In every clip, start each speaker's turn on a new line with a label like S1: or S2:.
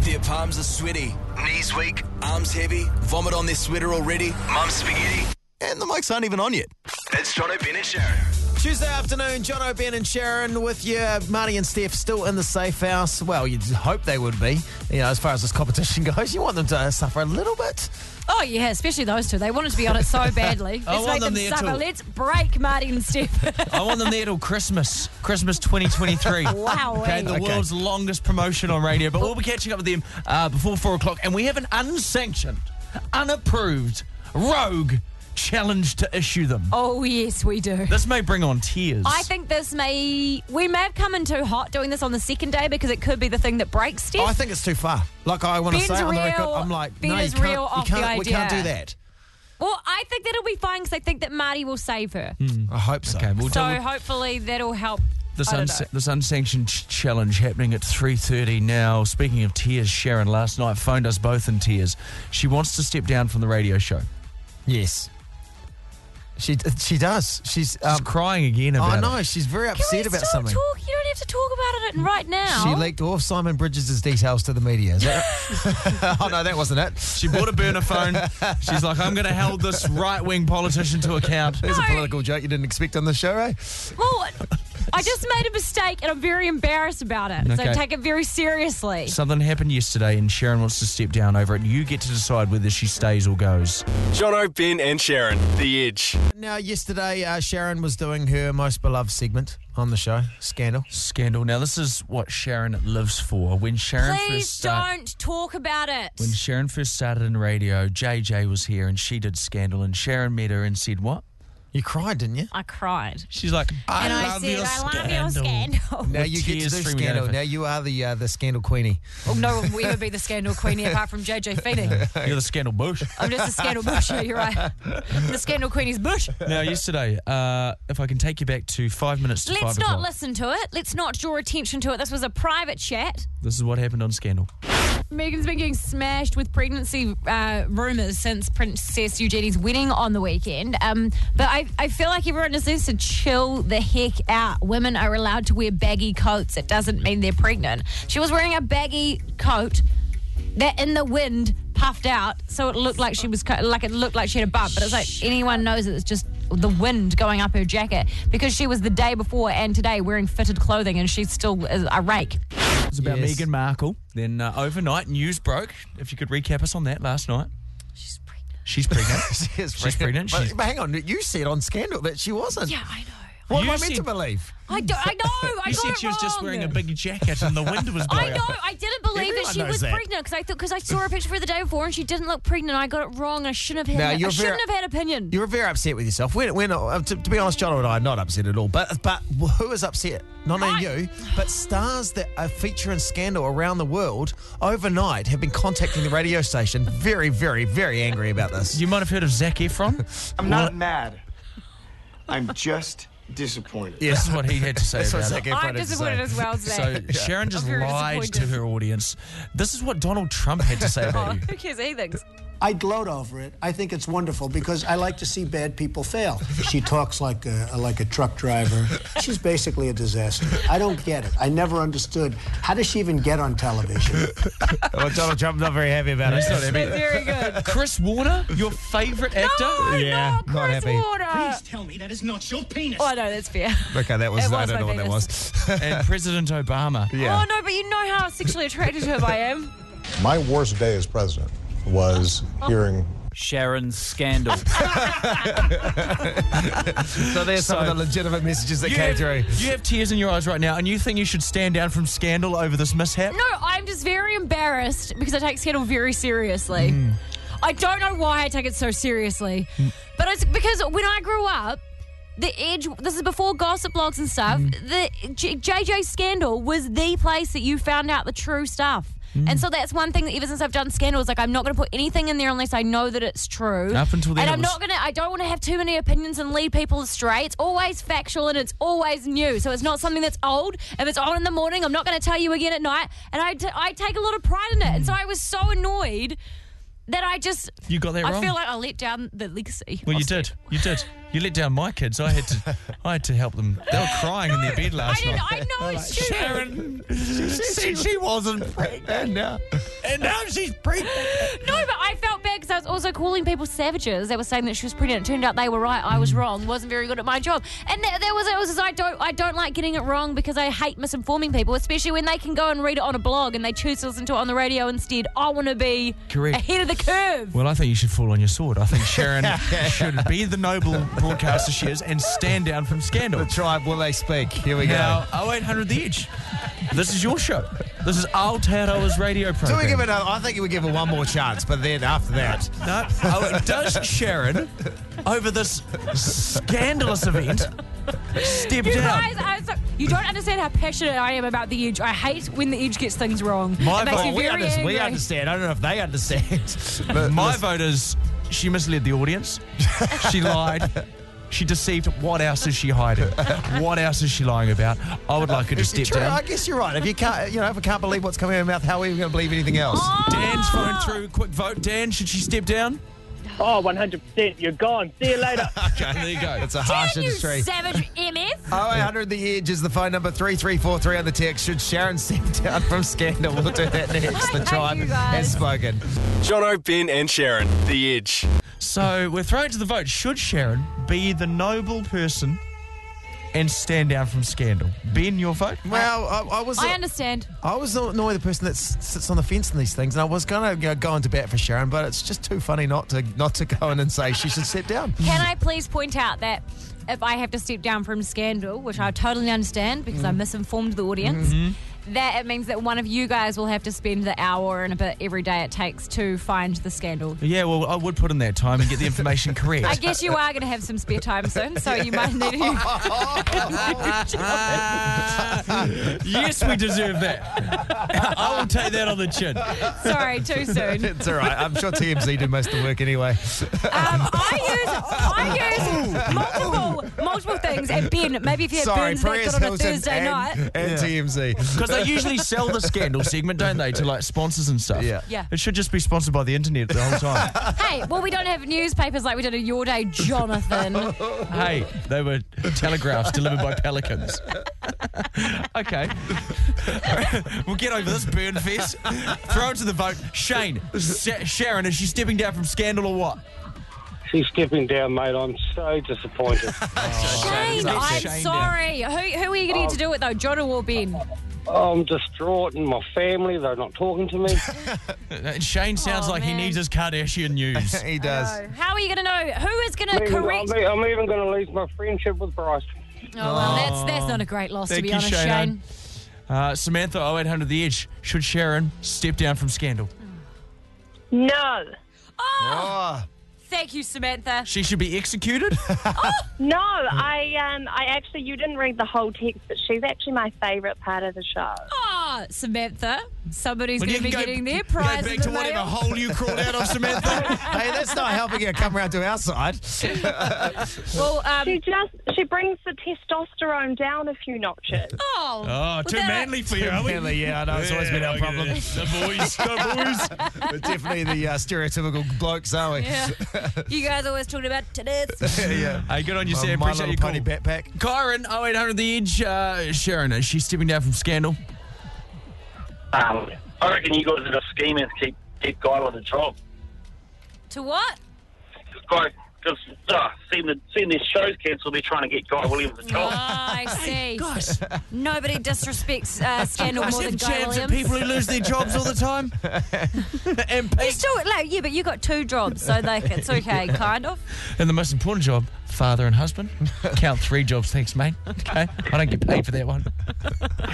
S1: Their palms are sweaty, knees weak, arms heavy, vomit on their sweater already, mum's spaghetti, and the mics aren't even on yet. It's Jono, Ben and Sharon.
S2: Tuesday afternoon, John O'Ben and Sharon with you. Marty and Steph still in the safe house. Well, you'd hope they would be. You know, as far as this competition goes, you want them to suffer a little bit.
S3: Oh yeah, especially those two. They wanted to be on it so badly. Let's
S4: I want them
S3: make them,
S4: there
S3: suffer.
S4: too.
S3: Let's break Marty and Steph.
S4: I want them there till Christmas, Christmas 2023.
S3: Wow.
S4: Okay, the
S2: Okay.
S4: world's longest promotion on radio, but we'll be catching up with them uh, before four o'clock, and we have an unsanctioned, unapproved, rogue challenge to issue them.
S3: oh yes, we do.
S4: This may bring on tears.
S3: I think this may we may have come in too hot doing this on the second day because it could be the thing that breaks Steph.
S2: I think it's too far. Like I want to
S3: Ben's
S2: say it on the record,
S3: real-
S2: I'm like,
S3: Ben
S2: no, you
S3: is
S2: can't,
S3: real
S2: you
S3: off the
S2: can't, we can't do
S3: idea.
S2: that.
S3: well, I think that'll be fine because I think that Marty will save her.
S2: I hope so.
S4: Okay, Hmm. we'll
S3: So
S4: deal with
S3: hopefully that'll help.
S4: this,
S3: I don't
S4: uns-
S3: know.
S4: this unsanctioned ch- challenge happening at 3.30 now. Speaking of tears, Sharon last night phoned us both in tears. She wants to step down from the radio show.
S2: Yes, she she does. She's.
S4: She's
S2: Um,
S4: crying again
S2: oh, I
S4: about
S2: know.
S4: it.
S2: She's very
S3: Can we
S2: upset about
S3: still
S2: something.
S3: talk? You don't have to talk about it right now.
S2: She leaked all of Simon Bridges' details to the media. Is that oh no, that wasn't it.
S4: She bought a burner phone. She's like, I'm going to hold this right wing politician to account.
S2: There's a
S3: No.
S2: political joke you didn't expect on the show, eh?
S3: Well, I just made a mistake and I'm very embarrassed about it. So
S4: Okay.
S3: take it very seriously.
S4: Something happened yesterday, and Sharon wants to step down over it. You get to decide whether she stays or goes.
S1: Jono, Ben and Sharon, The Edge.
S2: Now, yesterday, uh, Sharon was doing her most beloved segment on the show, Scandal.
S4: Scandal. Now, this is what Sharon lives for. When Sharon first
S3: Please
S4: started.
S3: don't talk about it.
S4: When Sharon first started in radio, JJ was here and she did Scandal, and Sharon met her and said, What?
S2: You cried, didn't you?
S3: I cried.
S4: She's like, I
S3: and I
S4: love
S3: said,
S4: your
S3: I love
S4: scandal.
S3: your scandal.
S2: Now
S4: With
S2: you get to
S4: tears
S2: do
S4: streaming down
S2: Scandal.
S4: her
S2: Now you are the uh, the Scandal Queenie.
S3: well, Oh, no one will ever be the scandal queenie apart from JJ Feeney.
S4: You're the Scandal bush.
S3: I'm just a scandal bush. Yeah, you're right. I'm the scandal queenie's bush.
S4: now, yesterday, uh, if I can take you back to five minutes to
S3: Let's
S4: five
S3: not
S4: o'clock.
S3: listen to it. Let's not draw attention to it. This was a private chat.
S4: This is what happened on Scandal.
S3: Megan's been getting smashed with pregnancy uh, rumours since Princess Eugenie's wedding on the weekend. Um, but I, I feel like everyone just needs to chill the heck out. Women are allowed to wear baggy coats. It doesn't mean they're pregnant. She was wearing a baggy coat that in the wind puffed out, so it looked like she was co- like it looked like she had a bump. But it's like anyone knows that it's just the wind going up her jacket because she was the day before and today wearing fitted clothing, and she's still a a rake.
S4: It was about
S2: Yes.
S4: Meghan Markle. Then uh, overnight, news broke. If you could recap us on that last night.
S3: She's pregnant.
S4: She's pregnant.
S2: She is
S4: She's pregnant.
S2: But,
S4: She's-
S2: but hang on, you said on Scandal that she wasn't.
S3: Yeah, I know.
S2: What am
S4: You
S2: I meant to
S4: said-
S2: believe?
S3: I, do, I know. I
S4: you
S3: got
S4: said
S3: it
S4: she was just
S3: wrong.
S4: wearing a big jacket and the wind was blowing.
S3: I know. I didn't believe
S2: Everyone
S3: that she
S2: knows
S3: was
S2: that.
S3: pregnant because I thought because I saw her picture for the day before and she didn't look pregnant. I got it wrong. and I shouldn't have
S2: Now,
S3: had. an-
S2: you're
S3: I shouldn't
S2: very-
S3: have had opinion.
S2: You were very upset with yourself. We're, we're not, uh, to, to be honest, John and I are not upset at all. But but who is upset? Not only
S3: I-
S2: you, but stars that are featuring Scandal around the world overnight have been contacting the radio station, very, very, very angry about this.
S4: You might have heard of Zach Efron.
S5: I'm not mad. I'm just disappointed.
S4: This is what he had to say
S2: That's what
S4: about
S2: Zac
S4: it.
S2: Efron
S3: I'm
S2: had to
S3: disappointed
S2: say.
S3: as well today.
S4: So Sharon just
S3: I'm very
S4: lied to
S3: disappointed.
S4: her audience. This is what Donald Trump had to say
S3: Oh,
S4: about you.
S3: who cares? He thinks.
S6: I gloat over it. I think it's wonderful because I like to see bad people fail. She talks like a like a truck driver. She's basically a disaster. I don't get it. I never understood. How does she even get on television?
S2: Well, Donald Trump's not very happy about it.
S4: He's not happy.
S3: Very good.
S4: Chris Warner, your favourite actor.
S3: No,
S2: Yeah,
S3: not
S2: not
S3: Chris
S2: happy.
S3: Warner.
S5: Tell me that is not your penis.
S3: Oh no, that's fair.
S2: Okay, that was,
S3: It
S2: I
S3: was
S2: don't
S3: my
S2: know what that
S3: penis.
S2: was.
S4: And President Obama.
S2: Yeah.
S3: Oh no, but you know how sexually attracted to him I am.
S7: My worst day as president was hearing
S8: Sharon's scandal.
S2: So there's some of the legitimate messages that
S4: You
S2: came
S4: have,
S2: through.
S4: you have tears in your eyes right now, and you think you should stand down from Scandal over this mishap?
S3: No, I'm just very embarrassed because I take Scandal very seriously.
S2: Mm.
S3: I don't know why I take it so seriously, but it's because when I grew up, the edge. This is before gossip blogs and stuff.
S4: Mm.
S3: The J- JJ Scandal was the place that you found out the true stuff.
S4: Mm.
S3: And so that's one thing that ever since I've done Scandal is like I'm not going to put anything in there unless I know that it's true.
S4: Up until then
S3: and
S4: it
S3: I'm
S4: was-
S3: not gonna. I don't want to have too many opinions and lead people astray. It's always factual and it's always new, so it's not something that's old. If it's on in the morning,
S4: Mm.
S3: I'm not going to tell you again at night. And I, t- I take a lot of pride in it, and so I was so annoyed that I just
S4: You got that
S3: I
S4: wrong.
S3: feel like I let down the legacy.
S4: Well, you
S3: of
S4: did.
S3: Steve.
S4: You did. You let down my kids. I had to. I had to help them. They were crying in their bed
S3: I
S4: last
S3: didn't.
S4: night.
S3: I know it's stupid.
S2: she, she wasn't pregnant now.
S4: And now she's pregnant.
S3: No, but I felt bad because I was also calling people savages. They were saying that she was pregnant. It turned out they were right. I was wrong. Wasn't very good at my job. And there, there was it was just, I don't I don't like getting it wrong because I hate misinforming people, especially when they can go and read it on a blog and they choose to listen to it on the radio instead. I want to be
S4: Correct.
S3: ahead of the curve.
S4: Well, I think you should fall on your sword. I think Sharon should be the noble broadcaster she is and stand down from scandal.
S2: The tribe, will they speak? Here we go.
S4: Now, 0800 The Edge. This is your show. This is Aotearoa's radio
S2: Do
S4: program.
S2: we give it? A, I think we give it one more chance, but then after that,
S4: No. Oh, does Sharon, over this scandalous event, step
S3: You
S4: down?
S3: guys, are so, you don't understand how passionate I am about the edge. I hate when the edge gets things wrong.
S4: My
S3: it makes
S4: fault.
S3: me
S2: we,
S3: very
S2: under- we
S3: angry.
S2: understand. I don't know if they understand. But
S4: My
S2: listen,
S4: vote is she misled the audience. she lied. She deceived. What else is she hiding? what else is she lying about? I would like her to
S2: it's
S4: step
S2: true, I
S4: down.
S2: guess you're right. If you can't, you know, if we can't believe what's coming out of her mouth, how are we going to believe anything else?
S3: Oh,
S4: Dan's phone through. Quick vote. Dan, should she step down?
S8: Oh, 100%. You're gone. See you later.
S4: Okay, there you go.
S2: It's a
S3: Oh, Damn
S2: harsh
S3: you,
S2: industry. Oh,
S3: savage MF.
S2: 0800 The Edge is the phone number 3343 on the text. Should Sharon step down from Scandal? We'll do that next.
S3: I
S2: The
S3: hate
S2: tribe
S3: you
S2: has
S3: guys.
S2: spoken.
S1: Jono, Ben, and Sharon, The Edge.
S4: So we're throwing it to the vote. Should Sharon be the noble person and stand down from scandal? Ben, your vote.
S2: Well, I, I was
S3: I understand.
S2: I was annoyed the person that s- sits on the fence in these things, and I was going to go into bat for Sharon, but it's just too funny not to not to go in and say she should step down.
S3: Can I please point out that if I have to step down from Scandal, which I totally understand because
S2: Mm.
S3: I misinformed the audience,
S2: Mm-hmm.
S3: that it means that one of you guys will have to spend the hour and a bit every day it takes to find the scandal.
S4: Yeah, well, I would put in that time and get the information correct.
S3: I guess you are going to have some spare time soon, so you might need to.
S4: yes, we deserve that. I will take that on the chin.
S3: Sorry, too soon. Um,
S2: It's all right. I'm sure TMZ do most of the work anyway.
S3: I use I use multiple multiple things. And Ben, maybe if you had
S2: Sorry,
S3: burns that
S2: Perez
S3: good on a
S2: Hilton
S3: Thursday night.
S2: and, and TMZ.
S4: Because they usually sell the scandal segment, don't they, to like sponsors and stuff?
S2: Yeah.
S3: Yeah.
S4: It should just be sponsored by the internet the whole time.
S3: Hey, well, we don't have newspapers like we did at your day, Jonathan.
S4: hey, they were telegraphs delivered by pelicans. okay. we'll get over this burn fest. Throw it to the vote. Shane, Sa- Sharon, is she stepping down from scandal or what?
S8: She's stepping down, mate. I'm so disappointed.
S3: Shane,
S4: Shane
S3: I'm
S4: down.
S3: sorry. Who, who are you going to get to do it though, John or Ben?
S8: I'm distraught, and my family, they're not talking to me.
S4: Uh, Shane sounds
S3: Oh,
S4: like
S3: man.
S4: he needs his Kardashian news.
S2: He does.
S3: How are you going to know? Who is going to
S8: I'm, e-
S3: correct? Oh,
S8: I'm even going to lose my friendship with Bryce.
S3: well, that's that's not a great loss to
S4: Oh. Thank
S3: be
S4: you,
S3: honest, Shane.
S4: Shane. Uh, Samantha, 0800 The Edge. Should Sharon step down from scandal?
S9: No,
S3: Oh,
S2: Oh,
S3: thank you, Samantha.
S4: She should be executed?
S9: no. I um, I actually, you didn't read the whole text, but she's actually my favourite part of the show.
S3: Oh, Samantha, somebody's
S4: Well,
S3: going
S4: you
S3: to be
S4: can go-
S3: getting their
S4: go
S3: prize
S4: back
S3: in the
S4: to whatever
S3: mail.
S4: hole you crawled out of, Samantha.
S2: hey, that's not helping you come round to our side.
S3: Well, um,
S9: She just she brings the testosterone down a few notches.
S3: oh,
S4: Oh,
S3: well,
S4: too
S3: then I-
S4: manly for you, are we?
S2: Apparently, yeah, I know it's always been our problem.
S4: The boys, the boys.
S2: We're definitely the uh, stereotypical blokes, aren't we?
S3: Yeah. you guys always talking about today's.
S2: yeah.
S4: Hey, good on you,
S2: My,
S4: Sam.
S2: my
S4: Appreciate
S2: little
S4: your
S2: pony
S4: call.
S2: backpack.
S4: Kyron, 0800 The Edge. Uh, Sharon, is she stepping down from Scandal?
S10: Um, I reckon you guys are just scheming to keep keep Guy on the job.
S3: to what?
S10: Guy, because
S8: ah,
S10: uh, seeing the seeing these shows cancelled, they're trying to get Guy Williams the
S3: Oh,
S10: job.
S3: I see.
S4: Guys,
S3: Nobody disrespects uh, Scandal more than Guy
S4: jabs at
S3: Williams.
S4: people who lose their jobs all the time. and,
S3: You still, like, yeah, but you got two jobs, so like it's okay, kind of.
S4: and the most important job, father and husband. Count three jobs, thanks, mate. Okay, I don't get paid for that one.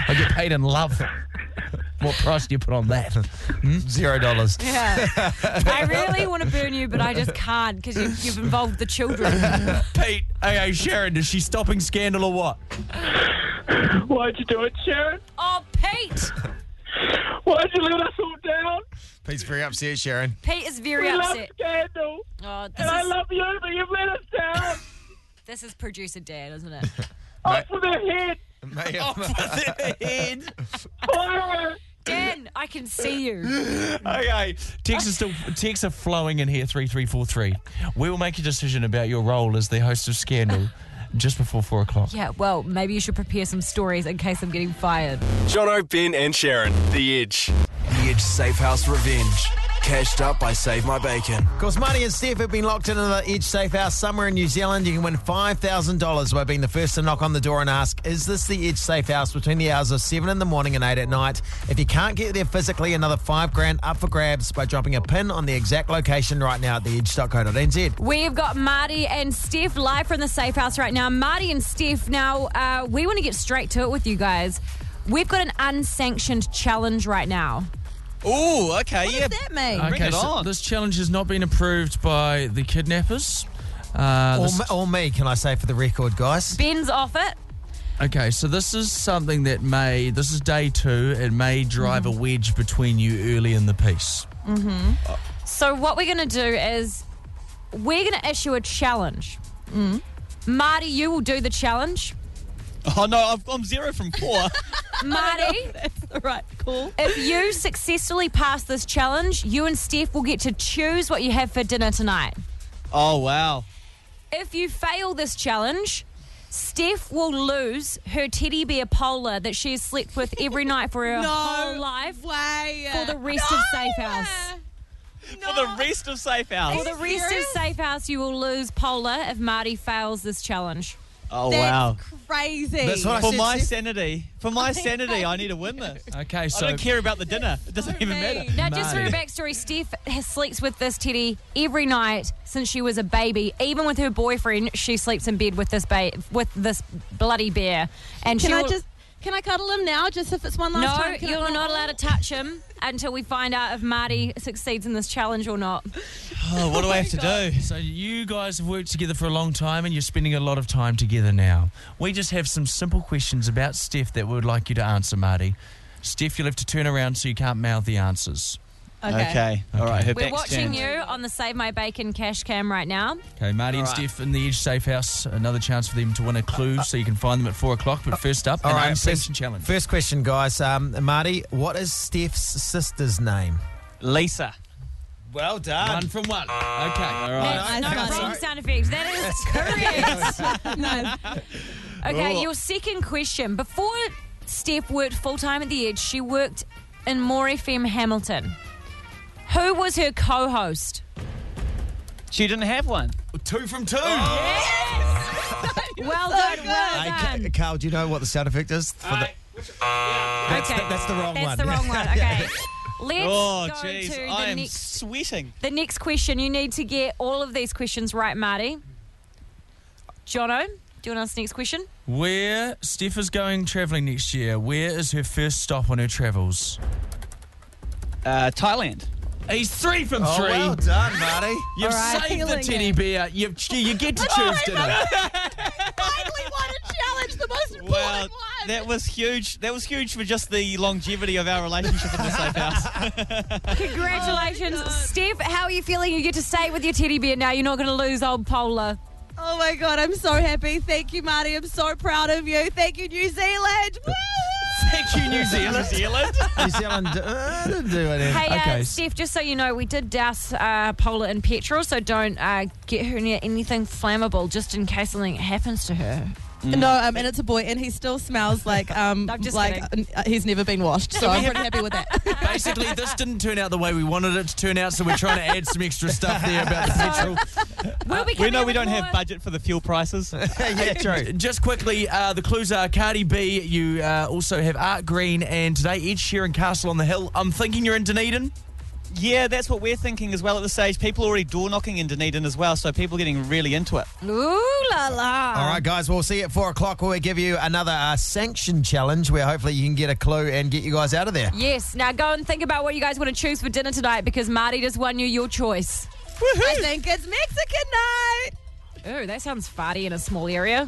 S4: I get paid in love. What price do you put on that?
S2: Zero dollars.
S3: Yeah. I really want to burn you, but I just can't because you, you've involved the children.
S4: Pete, hey, hey, Sharon, is she stopping Scandal or what?
S8: Why'd you do it, Sharon?
S3: Oh, Pete!
S8: Why'd you let us all down?
S2: Pete's very upset, Sharon.
S3: Pete is very
S8: We love
S3: upset.
S8: Scandal,
S3: Oh, this
S8: and I
S3: is,
S8: love you, but you've let us down.
S3: this is producer Dan, isn't it?
S8: Off with her head.
S2: May-
S4: Their head.
S8: Fire her.
S3: Dan, I I can see you.
S4: Okay, texts are still texts are flowing in here. Three three four three. We will make a decision about your role as the host of Scandal just before four o'clock.
S3: Yeah, well, maybe you should prepare some stories in case I'm getting fired.
S1: Jono, Ben, and Sharon. The Edge. The Edge Safe House Revenge. Cashed up by Save My Bacon.
S2: Of course, Marty and Steph have been locked into the Edge Safe House somewhere in New Zealand. You can win $5,000 by being the first to knock on the door and ask, Is this the Edge Safe House between the hours of 7 in the morning and 8 at night? If you can't get there physically, another 5 grand up for grabs by dropping a pin on the exact location right now at theedge.co.nz.
S3: We've got Marty and Steph live from the safe house right now. Marty and Steph, now uh, we want to get straight to it with you guys. We've got an unsanctioned challenge right now.
S4: Oh, okay,
S3: What does that mean?
S4: Okay, so this challenge has not been approved by the kidnappers. Uh,
S2: Or,
S4: this-
S2: me- or me, can I say for the record, guys?
S3: Ben's off it.
S4: okay, so this is something that may this is day two. It may drive
S11: Mm.
S4: a wedge between you early in the piece.
S3: So what we're going to do is we're going to issue a challenge.
S12: Mm.
S3: Marty, you will do the challenge.
S11: Oh no, I've, I'm zero from four.
S3: Marty,
S12: Right, cool.
S3: if you successfully pass this challenge, you and Steph will get to choose what you have for dinner tonight.
S11: oh wow.
S3: If you fail this challenge, Steph will lose her teddy bear polar that she has slept with every night for her whole life
S12: way.
S3: for the rest of Safe House.
S11: For the rest of Safe House.
S3: For the rest of Safe House, you will lose polar if Marty fails this challenge.
S11: oh
S12: That's
S11: wow.
S12: Crazy.
S11: for my sanity, for my sanity, I need to win this.
S4: Okay,
S11: I
S4: so
S11: don't care about the dinner. It doesn't even matter.
S3: Now, just for a
S4: Marty.
S3: backstory, Steph has sleeps with this teddy every night since she was a baby. Even with her boyfriend, she sleeps in bed with this ba- with this bloody bear. And
S12: Can
S3: she
S12: I
S3: will-
S12: just can I cuddle him now? Just if it's one
S3: no,
S12: last time. Can I
S3: you're
S12: cuddle
S3: not allowed
S12: him?
S3: to touch him until we find out if Marty succeeds in this challenge or not.
S11: Oh, what do I have to do?
S4: So you guys have worked together for a long time, and you're spending a lot of time together now. We just have some simple questions about Steph that we would like you to answer, Marty. Steph, you'll have to turn around so you can't mouth the answers.
S11: Okay. All right. Her
S3: We're
S11: back's
S3: watching
S11: turned.
S3: you on the Save My Bacon cash cam right now.
S4: Okay, Marty and
S11: All right.
S4: Steph in the Edge Safe House. Another chance for them to win a clue, so you can find them at four o'clock. But first up, an
S2: right,
S4: unsanctioned challenge.
S2: First question, guys. Um, Marty, what is Steph's sister's name?
S11: Lisa.
S2: Well
S4: One
S2: done.
S4: from one. Okay, all right.
S3: That's
S12: no,
S3: not
S12: that's
S3: wrong
S12: right.
S3: sound effects. That is correct.
S12: No.
S3: Okay,
S11: Oh.
S3: your second question. Before Steph worked full time at the Edge, she worked in More FM Hamilton. Who was her co-host?
S11: She didn't have one.
S4: Two from two.
S3: Oh, Well done, well done.
S2: Carl, do you know what the sound effect is? For the- that's,
S3: Okay.
S2: the, that's the wrong
S3: That's
S2: one.
S3: the wrong one. Okay. Let's
S11: Oh
S3: go
S11: jeez,
S3: to the
S11: I am
S3: next
S11: sweating.
S3: The next question, you need to get all of these questions right, Marty. Jono, do you want to ask the next question?
S4: Where Steph is going travelling next year? Where is her first stop on her travels?
S11: Uh, Thailand.
S4: He's three from
S2: Oh,
S4: three.
S2: well done, Marty.
S12: All
S4: You've
S12: right,
S4: saved the
S12: feeling
S4: teddy
S12: it.
S4: bear. You've, you, you get to choose dinner.
S12: Finally won a challenge, the most important
S11: Wow,
S12: one.
S11: that was huge. That was huge for just the longevity of our relationship in the safe house.
S3: Congratulations,
S11: Oh,
S12: God.
S3: Steph. How are you feeling? You get to stay with your teddy bear now. You're not going to lose old Polar.
S12: oh my god, I'm so happy. Thank you, Marty. I'm so proud of you. Thank you, New Zealand. Woo!
S11: Thank you, New Zealand. New Zealand.
S2: New Zealand uh, didn't do it.
S3: Hey,
S4: Okay.
S3: uh, Steph, just so you know, we did douse uh, Polar in petrol, so don't uh, get her near anything flammable just in case something happens to her.
S12: No, um, and it's a boy, and he still smells like um,
S3: I'm just
S12: like uh, he's never been washed. So I'm pretty happy with that.
S4: Basically, this didn't turn out the way we wanted it to turn out, so we're trying to add some extra stuff there about the petrol.
S12: uh,
S3: We'll be
S11: We
S3: coming
S11: know
S3: up
S11: we
S3: with
S11: don't
S3: more-
S11: have budget for the fuel prices.
S4: yeah, true. Just quickly, uh, the clues are Cardi B. You uh, also have Art Green, and today Ed Sheeran, Castle on the Hill. I'm thinking you're in Dunedin.
S11: yeah, that's what we're thinking as well at this stage. People are already door knocking in Dunedin as well, so people are getting really into it.
S3: Ooh la la.
S2: All right, guys, we'll see you at four o'clock where we give you another uh, sanction challenge where hopefully you can get a clue and get you guys out of there.
S3: Yes, now go and think about what you guys want to choose for dinner tonight because Marty just won you your choice.
S12: I think it's Mexican night.
S3: Ooh, that sounds farty in a small area.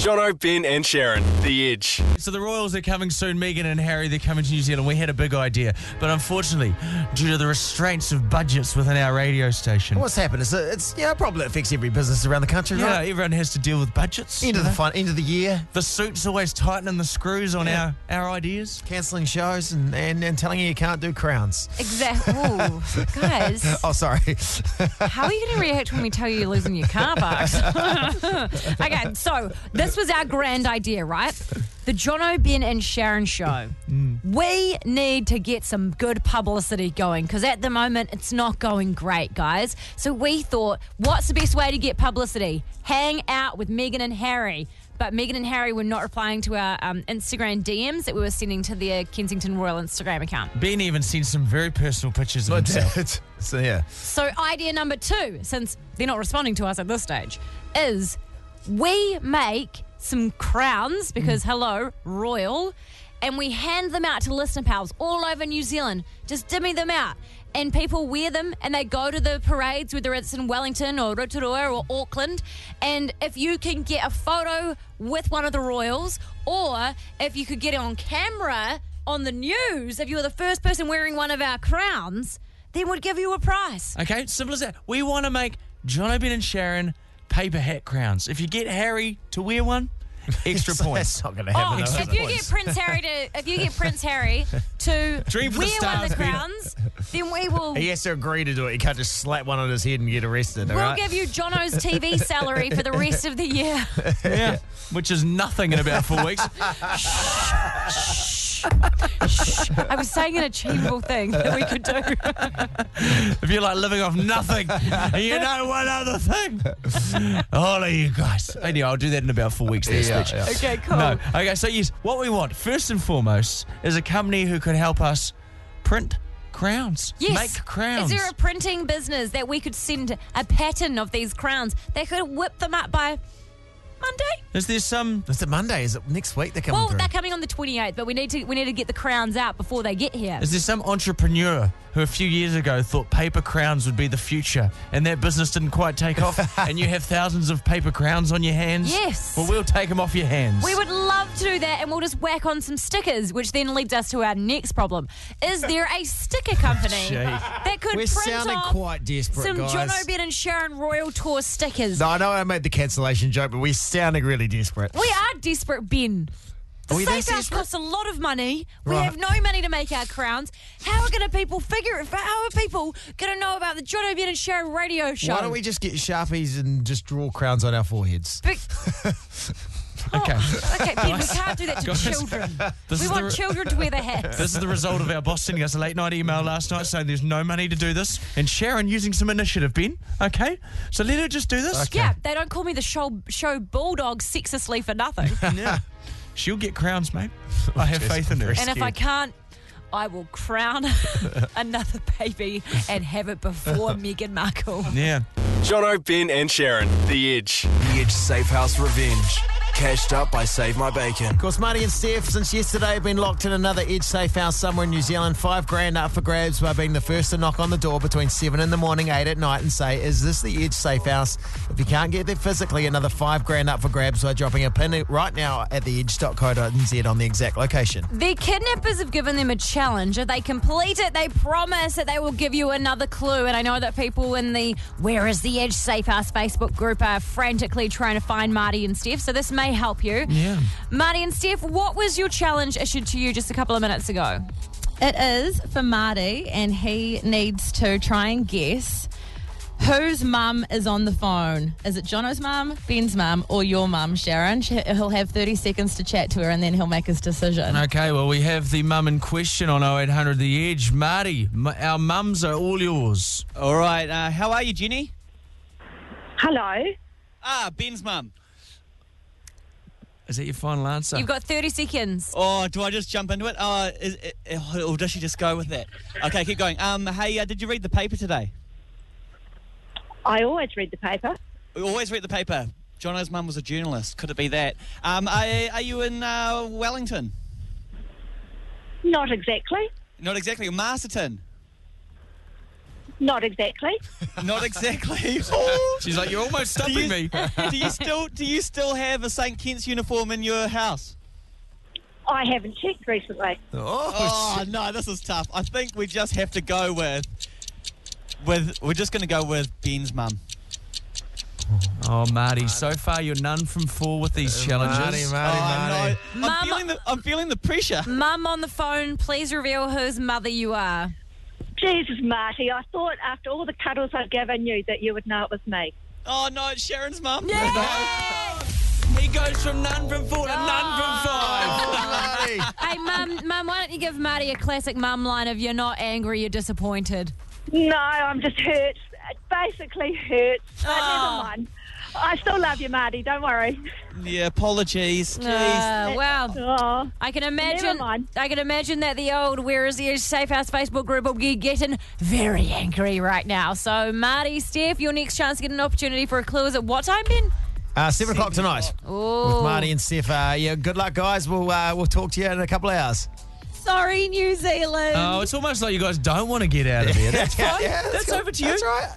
S1: Jono, Ben, and Sharon, The Edge.
S4: So the Royals are coming soon. Megan and Harry, they're coming to New Zealand. We had a big idea, but unfortunately, due to the restraints of budgets within our radio station,
S2: What's happened is that it's yeah, a problem that affects every business around the country,
S4: yeah,
S2: right?
S4: everyone has to deal with budgets.
S2: End of the fin- end of the year.
S4: The suits always tightening the screws on
S2: Yeah.
S4: our our ideas.
S2: Cancelling shows and, and, and telling you you can't do crowns.
S3: exactly. Ooh, guys,
S2: oh, sorry.
S3: how are you going to react when we tell you you're losing your car bucks? okay, so this was our grand idea, right? The Jono, Ben, and Sharon show. We need to get some good publicity going because at the moment it's not going great, guys. So we thought, what's the best way to get publicity? Hang out with Megan and Harry. But Megan and Harry were not replying to our um, Instagram DMs that we were sending to their Kensington Royal Instagram account.
S4: Ben even sent some very personal pictures of himself.
S2: so yeah.
S3: So, idea number two, since they're not responding to us at this stage, is we make some crowns because, hello, royal, and we hand them out to listener pals all over New Zealand. Just dimmy them out. And people wear them and they go to the parades, whether it's in Wellington or Rotorua or Auckland. And if you can get a photo with one of the royals, or if you could get it on camera on the news, if you were the first person wearing one of our crowns, then we'd give you a prize.
S4: Okay, simple as that. We want to make John O'Brien and Sharon paper hat crowns. If you get Harry to wear one, extra
S2: That's
S4: points.
S2: not gonna happen,
S4: Extra
S2: though,
S3: Oh, If you get
S4: points.
S3: Prince Harry to, if you get Prince Harry to
S2: Dream for the
S3: wear one
S2: stars,
S3: of the
S2: Peter.
S3: crowns, then we will
S2: He has to agree to do it. You can't just slap one on his head and get arrested.
S3: we'll
S2: all right?
S3: give you Jono's TV salary for the rest of the year.
S4: yeah, which is nothing in about four weeks.
S3: Shh, I was saying an achievable thing that we could do.
S4: if you're like living off nothing, and you know one other thing. All of you guys. Anyway, I'll do that in about four weeks. That
S2: Yeah,
S4: speech.
S2: yeah.
S3: Okay, cool.
S4: No. Okay, so yes, what we want first and foremost is a company who could help us print crowns,
S3: Yes.
S4: make crowns.
S3: Is there a printing business that we could send a pattern of these crowns? They could whip them up by Monday.
S4: Is there some?
S2: Is it Monday? Is it next week? They're coming
S3: Well,
S2: through.
S3: they're coming on the 28th, but we need to we need to get the crowns out before they get here.
S4: Is there some entrepreneur who a few years ago thought paper crowns would be the future and that business didn't quite take off and you have thousands of paper crowns on your hands?
S3: Yes.
S4: Well, we'll take them off your hands.
S3: We would love to do that, and we'll just whack on some stickers, which then leads us to our next problem. Is there a sticker company
S2: Gee.
S3: that could
S2: We're
S3: print
S2: sounding
S3: off
S2: quite desperate,
S3: some
S2: guys.
S3: John O'Brien and Sharon Royal Tour stickers?
S2: no, I know I made the cancellation joke, but we're sounding really desperate.
S3: We are desperate, Ben. The
S2: Are we that
S3: safe house
S2: desperate?
S3: costs a lot of money. We
S2: Right.
S3: have no money to make our crowns. How are going to people figure it? How are people going to know about the John O'Brien and Sharon radio show?
S2: Why don't we just get sharpies and just draw crowns on our foreheads?
S3: But- Oh,
S4: okay.
S3: okay, Ben, we can't do that to
S4: Guys,
S3: children.
S4: this
S3: we
S4: is
S3: want
S4: the-
S3: children to wear their hats.
S4: This is the result of our boss sending us a late night email last night saying there's no money to do this and Sharon using some initiative, Ben. Okay? So let her just do this.
S3: Yeah, they don't call me the show, show bulldog sexistly for nothing.
S4: yeah. She'll get crowns, mate. I have faith in her.
S3: and if I can't, I will crown another baby and have it before Meghan Markle.
S4: Yeah.
S1: Jono, Ben, and Sharon, The Edge. The Edge Safe House Revenge. Cashed up by Save My Bacon.
S2: Of course, Marty and Steph, since yesterday, have been locked in another Edge Safe house somewhere in New Zealand. Five grand up for grabs by being the first to knock on the door between seven in the morning, eight at night, and say, Is this the Edge Safe house? If you can't get there physically, another five grand up for grabs by dropping a pin right now at the edge.co.nz on the exact location.
S3: The kidnappers have given them a challenge. If they complete it, they promise that they will give you another clue. And I know that people in the Where is the Edge Safe House Facebook group are frantically trying to find Marty and Steph, so this may help you.
S4: Yeah.
S3: Marty and Steph, what was your challenge issued to you just a couple of minutes ago?
S12: It is for Marty, and he needs to try and guess whose mum is on the phone. Is it Jono's mum, Ben's mum, or your mum, Sharon? She- He'll have 30 seconds to chat to her, and then he'll make his decision.
S4: Okay, well, we have the mum in question on 0800 The Edge. Marty, m- our mums are all yours.
S11: All right. Uh, how are you, Jenny?
S9: Hello.
S11: Ah, Ben's mum.
S4: Is that your final answer?
S3: You've got 30 seconds.
S11: Oh, do I just jump into it? Oh, is, it or does she just go with that? Okay, keep going. Um, hey, uh, did you read the paper today?
S9: I always read the paper.
S11: We always read the paper. Jono's mum was a journalist. Could it be that? Um, are, are you in uh, Wellington?
S9: Not exactly.
S11: Not exactly. Masterton.
S9: Not exactly.
S11: Not exactly.
S4: She's like, you're almost stumping
S11: do you,
S4: me.
S11: do you still do you still have a St Kent's uniform in your house?
S9: I haven't checked recently.
S11: Oh, no, this is tough. I think we just have to go with with we're just going to go with Ben's mum.
S4: Oh, Marty, so far you're none from four with these challenges.
S11: Marty, Uh, Marty, Oh, Marty.
S3: I'm Mum- feeling
S11: the, I'm feeling the pressure.
S3: Mum on the phone, please reveal whose mother you are.
S9: Jesus, Marty, I thought after all the cuddles I'd given you that you would know it was me.
S11: Oh no, it's Sharon's mum.
S4: He goes from none from four to none from
S11: Ah.
S4: five.
S3: hey, mum, mum, why don't you give Marty a classic mum line of "You're not angry, you're disappointed."
S9: No, I'm just hurt. It basically hurts. But never mind. I still love you, Marty. Don't worry.
S11: Yeah, apologies. Jeez.
S3: Uh, well,
S9: Oh,
S3: I can imagine.
S9: Never mind.
S3: I can imagine that the old "Where Is the Edge Safe House" Facebook group will be getting very angry right now. So, Marty, Steph, your next chance to get an opportunity for a clue is at what time, Ben?
S2: Uh, seven o'clock tonight with
S3: Oh,
S2: Marty and Steph. Uh, yeah, good luck, guys. We'll uh, we'll talk to you in a couple of hours.
S12: Sorry, New Zealand.
S4: Oh, it's almost like you guys don't want to get out of here. That's fine.
S11: that's over to you.
S2: That's right.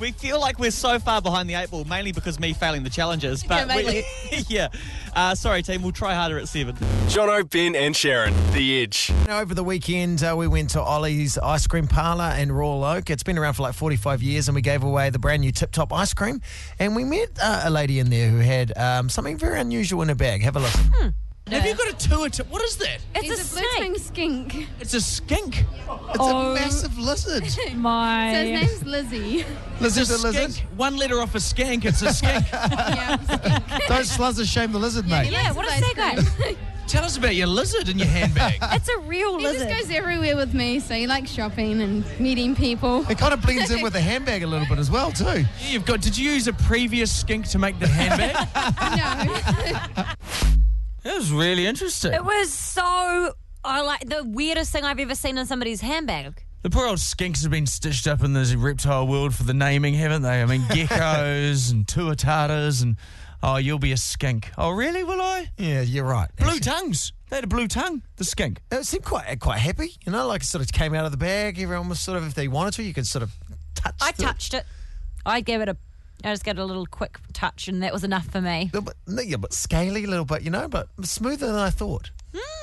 S11: We feel like we're so far behind the eight ball, mainly because me failing the challenges.
S12: Yeah,
S11: But we, yeah. Uh, sorry, team. We'll try harder at seven.
S1: Jono, Ben, and Sharon, The Edge.
S2: You know, over the weekend, uh, we went to Ollie's Ice Cream Parlour in Royal Oak. It's been around for like 45 years, and we gave away the brand new Tip Top ice cream. And we met uh, a lady in there who had um, something very unusual in her bag. Have a look.
S4: Have you got a two and two? What is that?
S13: It's, a, blue-tongued skink.
S4: It's a skink.
S13: It's a massive
S4: lizard.
S3: Oh, my.
S13: So his name's Lizzie.
S4: Lizard's a lizard. One letter off a skank. It's a skink.
S13: Don't
S2: sluzzers shame the lizard,
S13: he likes
S3: what
S13: his
S3: is that
S13: ice
S4: Tell us about your lizard in your handbag.
S3: It's a real
S13: He just goes everywhere with me, so he likes shopping and meeting people.
S2: It kind of blends in with the handbag a little bit as well, too.
S4: Yeah, You've got. Did you use a previous skink to make the handbag? That was really interesting.
S3: It was so. I like the weirdest thing I've ever seen in somebody's handbag.
S4: The poor old skinks have been stitched up in the reptile world for the naming, haven't they? I mean, geckos and tuataras and oh, you'll be a skink. Oh, really? Will I?
S2: Yeah, you're right.
S4: Blue tongues. They had a blue tongue. The skink.
S2: It seemed quite quite happy, you know, like it sort of came out of the bag. Everyone was sort of, if they wanted to, you could sort of touch
S3: I
S2: the-
S3: touched it. I gave it a. I just gave it a little quick touch, and that was enough for me.
S2: little bit, no, yeah, but scaly a little bit, you know, but smoother than I thought.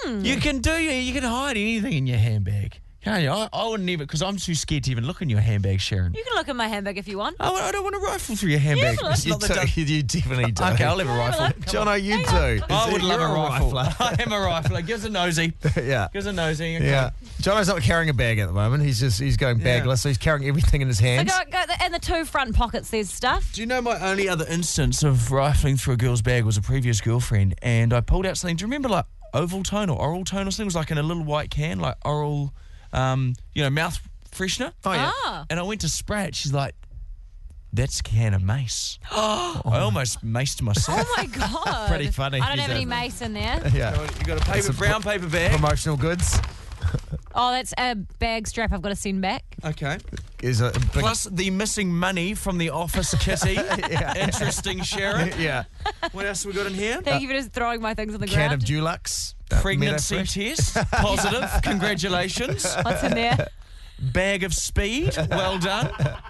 S4: You can do. You can hide anything in your handbag. Can't you? I, I wouldn't even because I'm too scared to even look in your handbag, Sharon.
S3: You can look at my handbag if you want.
S4: I, I don't want to rifle through your handbag.
S3: Yeah,
S4: It's
S2: You,
S4: not the
S2: do-
S4: dun-
S2: you definitely do.
S4: Okay, I'll have a rifle.
S2: Jono, you too.
S4: I would love a rifle.
S2: rifler.
S4: I am a rifler. Gives a nosy.
S2: yeah.
S4: Gives a nosy. Okay.
S2: Yeah. Jono's not carrying a bag at the moment. He's just he's going
S4: Yeah.
S2: bagless, so he's carrying everything in his
S3: So
S2: hands.
S3: go, go and the two front pockets. There's stuff.
S4: Do you know my only other instance of rifling through a girl's bag was a previous girlfriend, and I pulled out something. Do you remember like oval tone or oral tone or something? It was like in a little white can, like oral, um, you know, mouth freshener. Oh
S3: yeah. Ah.
S4: And I went to spray it. She's like, "That's a can of mace." Oh. I almost maced myself.
S3: Oh my god.
S4: Pretty funny.
S3: I don't
S4: You
S3: have
S4: did.
S3: any mace in there.
S2: Yeah.
S4: You got a paper, brown paper bag.
S2: Promotional goods
S3: Oh, that's a bag strap I've got to send back.
S4: Okay.
S2: is a big,
S4: Plus the missing money from the office kitty. Interesting, Sharon.
S2: yeah
S4: What else have we got in here?
S3: Thank you for just throwing my things on the
S2: can of
S3: ground.
S2: Dulux. uh,
S4: Pregnancy
S2: Meadowfresh.
S4: test positive. Congratulations.
S3: What's in there?
S4: Bag of speed. Well done.
S3: I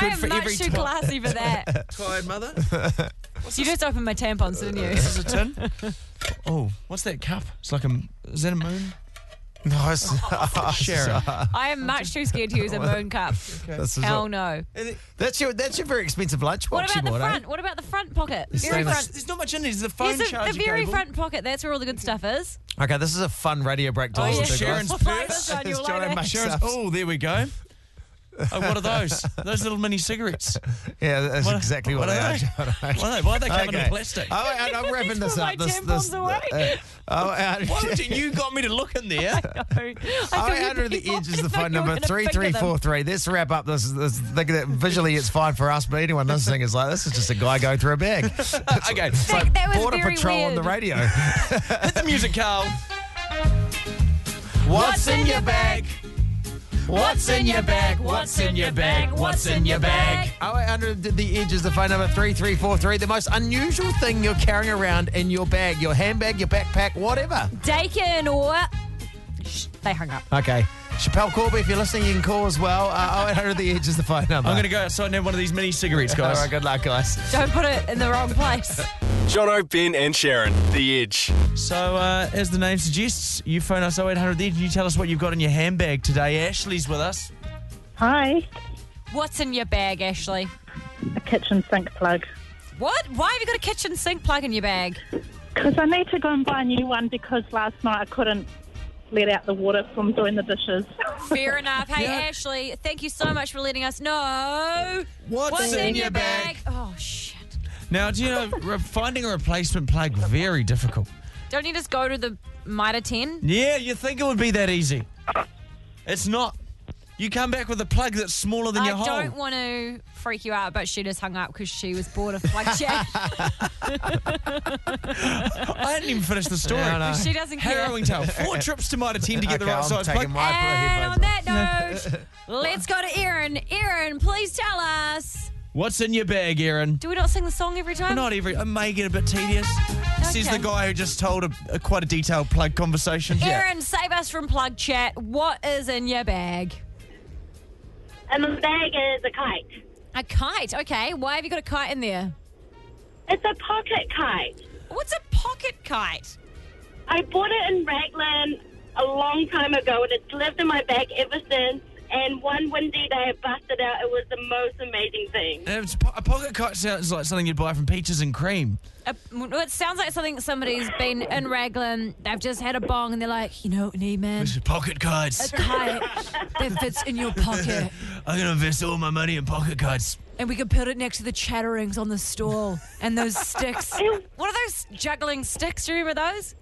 S4: Good
S3: am
S4: for every
S3: much too
S4: time.
S3: classy for that.
S4: Tired mother.
S3: you just opened my tampons, didn't you?
S4: This is a tin. Oh, what's that cup? It's like a. Is that a moon?
S2: No, it's,
S3: Oh,
S4: Sharon.
S3: I am much too scared to use a moon cup.
S2: This is
S3: Hell
S2: what-
S3: no.
S2: That's your that's your very expensive lunchbox
S3: What
S2: you
S3: about the
S2: bought, eh?
S3: front? What about the front pocket?
S2: It's
S3: Very
S2: stainless.
S3: front.
S4: There's not much in there. There's the phone
S3: Yes, the,
S4: charger
S3: the very
S4: cable.
S3: front pocket. That's where all the good stuff is.
S2: Okay, this is a fun radio break to
S3: Oh,
S2: listen
S3: yeah.
S2: to. guys.
S4: Sharon's
S3: We'll find
S4: purse.
S3: this on you
S2: It's Jono
S3: later.
S2: Max
S4: Sharon's.
S2: stuff.
S4: Oh, there we go. Oh, what are those? Those little mini cigarettes.
S2: Yeah, that's
S4: What-
S2: exactly what,
S4: what
S2: they
S4: are
S2: are.
S4: they?
S2: Jono.
S4: Why are they, why are they covered
S2: Okay.
S4: in plastic?
S2: All right, and I'm wrapping this
S3: Put my
S2: up. This,
S3: tampons
S2: this,
S3: away.
S2: uh, 0800
S4: Why would you, you got me to look in there?
S3: I
S2: Oh,
S3: couldn't
S2: under the
S3: be
S2: edge is the
S3: bothered.
S2: phone
S3: You were
S2: number
S3: gonna
S2: three
S3: pick
S2: three
S3: them.
S2: four three. This wrap up. This this thing that visually it's fine for us, but anyone listening is like, this is just a guy going through a bag. It's
S4: okay,
S3: That, that was
S2: Border
S3: very
S2: patrol
S3: weird.
S2: on the radio.
S4: hit the music, Carl.
S2: What's in your
S4: bag?
S2: What's
S4: in your bag? What's in your bag? What's in your bag?
S2: Oh, under the edge is the phone number three three four three. The most unusual thing you're carrying around in your bag, your handbag, your backpack, whatever.
S3: Dakin or. Shh, they hung up.
S2: Okay. Chappelle Corby, if you're listening, you can call as well. Uh, 0800 The Edge is the phone number.
S4: I'm going to go outside and have one of these mini cigarettes, guys.
S2: All right, good luck, guys.
S3: Don't put it in the wrong place.
S1: Jono, Ben, and Sharon, The Edge.
S4: So, uh, as the name suggests, you phone us 0800 there. Can you tell us what you've got in your handbag today? Ashley's with us.
S3: Hi. What's in your bag, Ashley?
S14: A kitchen sink plug.
S3: What? Why have you got a kitchen sink plug in your bag?
S14: Because I need to go and buy a new one because last night I couldn't let out the water from doing the dishes.
S3: Fair enough. Hey, Ashley, thank you so much for letting us know.
S4: What's in your bag?
S3: Oh, shit.
S4: Now, do you know, re- finding a replacement plug, very difficult.
S3: Don't you just go to the Mitre 10?
S4: Yeah, you think it would be that easy. It's not. You come back with a plug that's smaller than
S3: I
S4: your hole.
S3: don't want to freak you out, but she just hung up because she was bored of plug chat.
S4: I didn't even finish the story.
S3: No, no. She doesn't care.
S4: Harrowing tale. Four trips to Mitre 10 to get the
S2: Okay,
S4: right
S2: I'm
S4: size
S2: taking
S4: plug.
S2: my
S3: and on that note, let's go to Erin. Erin, please tell us.
S4: What's in your bag, Erin?
S3: Do we not sing the song every time?
S4: Not every. It may get a bit tedious. Says
S3: Okay.
S4: the guy who just told a, a quite a detailed plug conversation.
S3: Erin, save us from plug chat. What is in your bag?
S15: And the bag is a kite.
S3: A kite, okay. Why have you got a kite in there?
S15: It's a pocket kite.
S3: What's a pocket kite?
S15: I bought it in Raglan a long time ago, and it's lived in my bag ever since. And one windy day, it busted out. It was the most amazing thing.
S4: It's, po- a pocket kite sounds like something you'd buy from Peaches and Cream.
S3: A, well, it sounds like something somebody's been in Raglan. They've just had a bong and they're like, you know what we need, man?
S4: This is pocket kites.
S3: A kite that fits in your pocket.
S4: I'm gonna invest all my money in pocket kites.
S3: And we can put it next to the chatterings on the stall and those sticks. what are those juggling sticks? Do you remember those?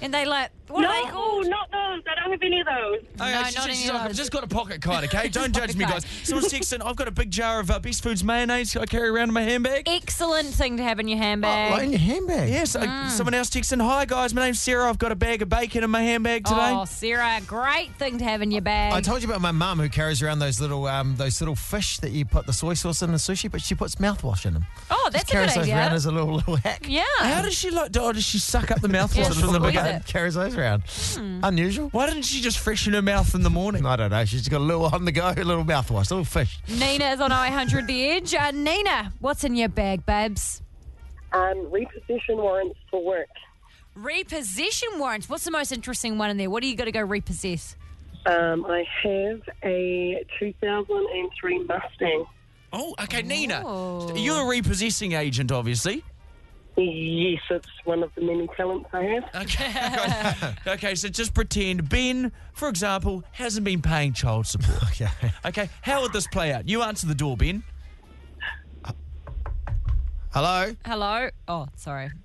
S3: And they like, what are
S15: No, oh,
S3: they called?
S15: not those. I don't have any of those.
S4: Okay, she's- she's- she's like, I've just got a pocket kite, okay? Don't judge me,
S3: Pocket
S4: guys.
S3: kite.
S4: Someone's texting, I've got a big jar of uh, Best Foods mayonnaise I carry around in my handbag.
S3: Excellent thing to have in your handbag.
S4: Oh, in your handbag? Yes. uh,
S3: Mm.
S4: someone else texting, Hi, guys, my name's Sarah. I've got a bag of bacon in my handbag today.
S3: Oh, Sarah, great thing to have in your bag.
S2: I told you about my mum who carries around those little um, those little fish that you put the soy sauce in the sushi, but she puts mouthwash in them.
S3: Oh, that's
S2: Just
S3: a
S2: carries
S3: good
S2: those
S3: idea.
S2: around as a little little hack.
S3: Yeah.
S4: How does she like? Oh, does she suck up the mouthwash
S2: Yeah,
S4: from the
S2: squeeze
S4: big
S2: it. Carries those around.
S3: Hmm.
S2: Unusual.
S4: Why didn't she just freshen her mouth in the morning?
S2: I don't know. She's got a little on the go, a little mouthwash, a little fish.
S3: Nina is on 0800 The Edge. Uh, Nina, what's in your bag, babes?
S16: Um, repossession warrants for work.
S3: Repossession warrants. What's the most interesting one in there? What do you got to go repossess?
S16: Um, I have a 2003 Mustang.
S4: Oh, okay, Nina. You're a repossessing agent, obviously.
S16: Yes, it's one of the many talents I have.
S4: Okay. okay, so just pretend Ben, for example, hasn't been paying child support. okay. Okay, how would this play out? You answer the door, Ben.
S2: Hello?
S3: Hello? Oh, sorry.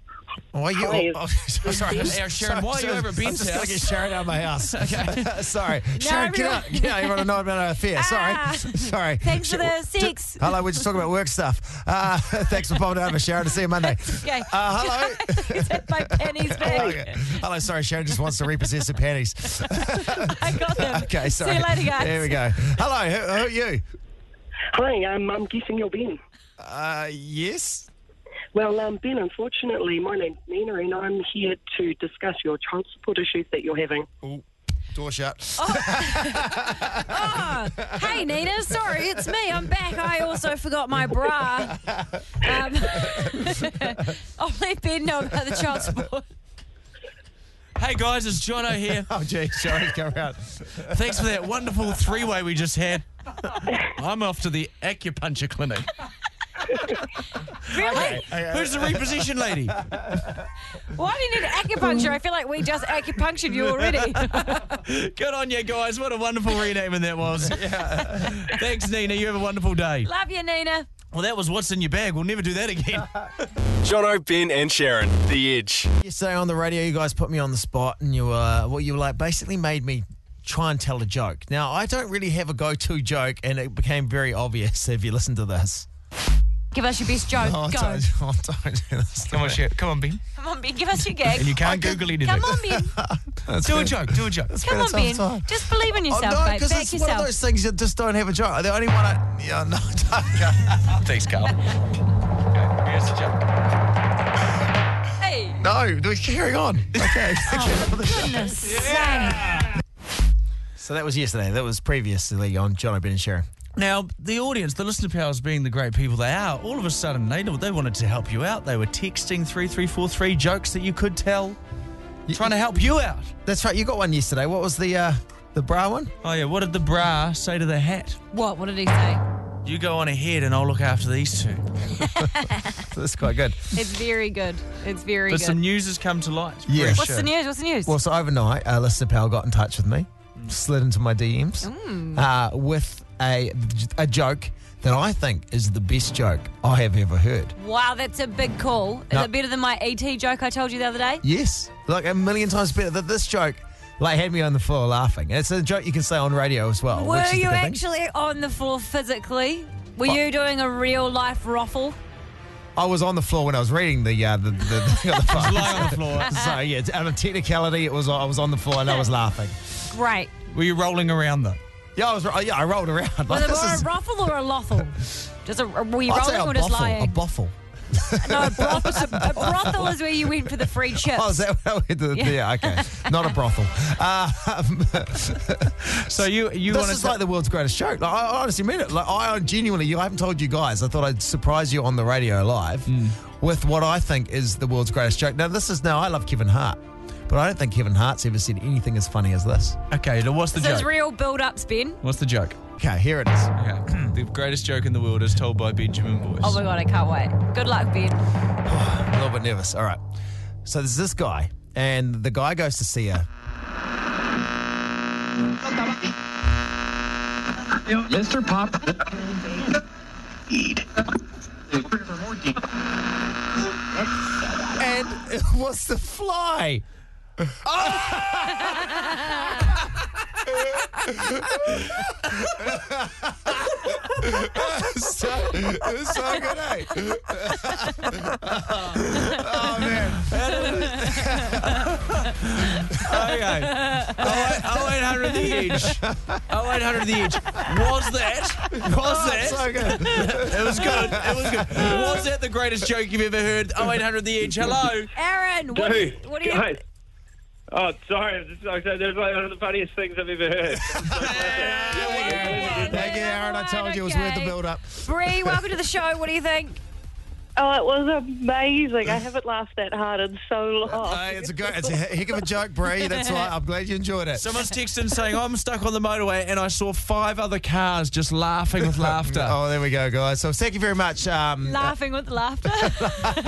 S2: Why are you?
S3: Hi.
S2: Oh, sorry, sorry,
S4: Sharon, why are you over at
S2: I'm
S4: Ben's
S2: just gonna
S4: house?
S2: get Sharon out of my house.
S4: Okay.
S2: sorry.
S4: No,
S2: Sharon, get
S4: everyone-
S2: out. Get out. You want to know about our affair.
S4: Ah.
S2: sorry. Sorry.
S4: Thanks for the
S2: Ju-
S4: six.
S2: hello, we're just talking about work stuff. Uh, thanks for popping over, Sharon. To see you Monday.
S3: Okay.
S2: Uh, hello.
S3: my pennies back.
S2: Okay. Hello, sorry, Sharon just wants to repossess her panties.
S3: I got them.
S2: Okay, sorry.
S16: See you later, guys.
S2: There we go. Hello, who, who are you?
S16: Hi, um, I'm guessing you're Ben.
S2: Uh, yes.
S16: Well, um, Ben, unfortunately, my name's Nina, and I'm here to discuss your child support issues that you're having.
S2: Door shut.
S3: Oh, hey, Nina. Sorry, it's me. I'm back. I also forgot my bra. Um, I'll let Ben know about the child support.
S4: Hey guys, it's Jono here.
S2: oh gee, Sharon's come out.
S4: Thanks for that wonderful three-way we just had. I'm off to the acupuncture clinic.
S3: Really?
S4: Hey, who's the repossession lady?
S3: Why do you need acupuncture? I feel like we just acupunctured you already.
S4: Good on you guys. What a wonderful renaming that was. Yeah. Thanks, Nina. You have a wonderful day.
S3: Love you, Nina.
S4: Well, that was what's in your bag. We'll never do that again.
S1: Jono, Ben, and Sharon, The Edge.
S2: Yesterday on the radio, you guys put me on the spot, and you were
S4: uh,
S2: well, you were like basically made me try and tell a joke. Now I don't really have a go-to joke, and it became very obvious if you listen to this.
S3: Give us your best joke.
S2: Oh,
S3: Go.
S2: don't, oh, don't do this.
S4: Come on, Sharon. Come on, Ben.
S3: Come on, Ben. Give us your gag.
S4: And you can't Google anything.
S3: Come on, Ben.
S4: do a joke. Do a joke.
S3: Come on, Ben. Just believe in yourself,
S2: oh, no,
S3: mate.
S2: because
S3: Back
S2: it's
S3: yourself.
S2: one of those things you just don't have a joke. The only one I, yeah, no, don't.
S4: Thanks, Carl. Here's the joke.
S3: Hey.
S2: No, we're carrying on. Okay.
S3: Oh, for goodness sake.
S2: So that was yesterday. That was previously on John O'Brien and Sharon.
S4: Now, the audience, the listener powers being the great people they are, all of a sudden they, they wanted to help you out. They were texting 3343 jokes that you could tell, trying to help you out.
S2: That's right. You got one yesterday. What was the uh, the bra one?
S4: Oh, yeah. What did the bra say to the hat?
S3: What? What did he say?
S4: You go on ahead and I'll look after these two.
S2: That's quite good.
S3: It's very good. It's very
S4: But
S3: good.
S4: some news has come to light.
S2: Yeah.
S3: What's the news? What's the news?
S2: Well, so overnight, a listener pal got in touch with me, slid into my DMs
S3: Mm.
S2: uh, with a, a joke that I think is the best joke I have ever heard.
S3: wow, that's a big call. Is
S2: No.
S3: it better than my ET joke I told you the other day?
S2: Yes, like a million times better. That this joke, like, had me on the floor laughing. It's a joke you can say on radio as well. which
S3: Were
S2: is the
S3: you
S2: good thing.
S3: actually on the floor physically? Were you doing a real life ruffle?
S2: I was on the floor when I was reading the uh, the the, the, the phone.
S4: lying on the floor.
S2: so yeah, out of technicality, it was I was on the floor and I was laughing.
S3: Great.
S4: Were you rolling around though?
S2: Yeah, I was. Yeah, I rolled around.
S3: Was
S2: Like,
S3: it
S2: this
S3: more
S2: is-
S3: a ruffle or a loffle? Just a, were you
S2: I'd say
S3: rolling
S2: a
S3: or just
S2: boffle, A
S3: lying?
S2: boffle.
S3: no, a, broth, a, a brothel is where you went for the free chips.
S2: Oh, is that what we did?
S3: Yeah.
S2: Yeah, okay. Not a brothel. Um,
S4: so you you
S2: this
S4: wanna
S2: is
S4: ta-
S2: like the world's greatest joke. Like, I honestly mean it. Like I genuinely, I haven't told you guys. I thought I'd surprise you on the radio live with what I think is the world's greatest joke. Now this is now I love Kevin Hart, but I don't think Kevin Hart's ever said anything as funny as this.
S4: Okay, now what's the
S3: So it's
S4: joke?
S3: real build ups, Ben.
S4: What's the joke?
S2: Okay, here it is.
S4: Okay. the greatest joke in the world is told by Benjamin Boyce.
S3: Oh my god, I can't wait. Good luck, Ben.
S2: I'm a little bit nervous. All right. So there's this guy, and the guy goes to see her.
S17: Mr. Pop.
S2: And it was the fly. so, it was so good, eh? oh, man.
S4: Okay. Oh, eight hundred the edge. Oh, eight hundred the edge. Was that? Was
S17: Oh,
S4: that?
S17: so good.
S4: it was good. It was good. Was that the greatest joke you've ever heard? Oh, eight hundred the edge. Hello.
S3: Aaron, what,
S18: Dude,
S3: what do you
S18: guys. Oh, sorry. I'm just, like, there's like one of the funniest things I've ever heard.
S2: Thank you, Aaron. I told you it was worth the build up.
S3: Bree, welcome to the show. What do you think?
S19: Oh, it was amazing. I haven't laughed that hard in so long.
S2: It's a, go- it's a he- heck of a joke, Brie. That's why I'm glad you enjoyed it.
S4: Someone's texting saying I'm stuck on the motorway and I saw five other cars just laughing with laughter.
S2: Oh, there we go, guys. So thank you very much. Um,
S3: Laughing with laughter.
S2: laughing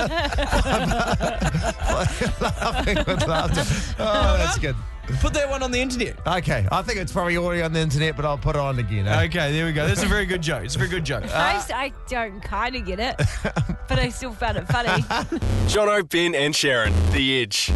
S2: with laughter. Oh, that's good.
S4: Put that one on the internet.
S2: Okay, I think it's probably already on the internet, but I'll put it on again. eh?
S4: Okay, there we go. That's a very good joke. It's a very good joke.
S3: I, s- I don't kind of get it, but I still found it funny.
S1: Jono, Ben, and Sharon. The Edge.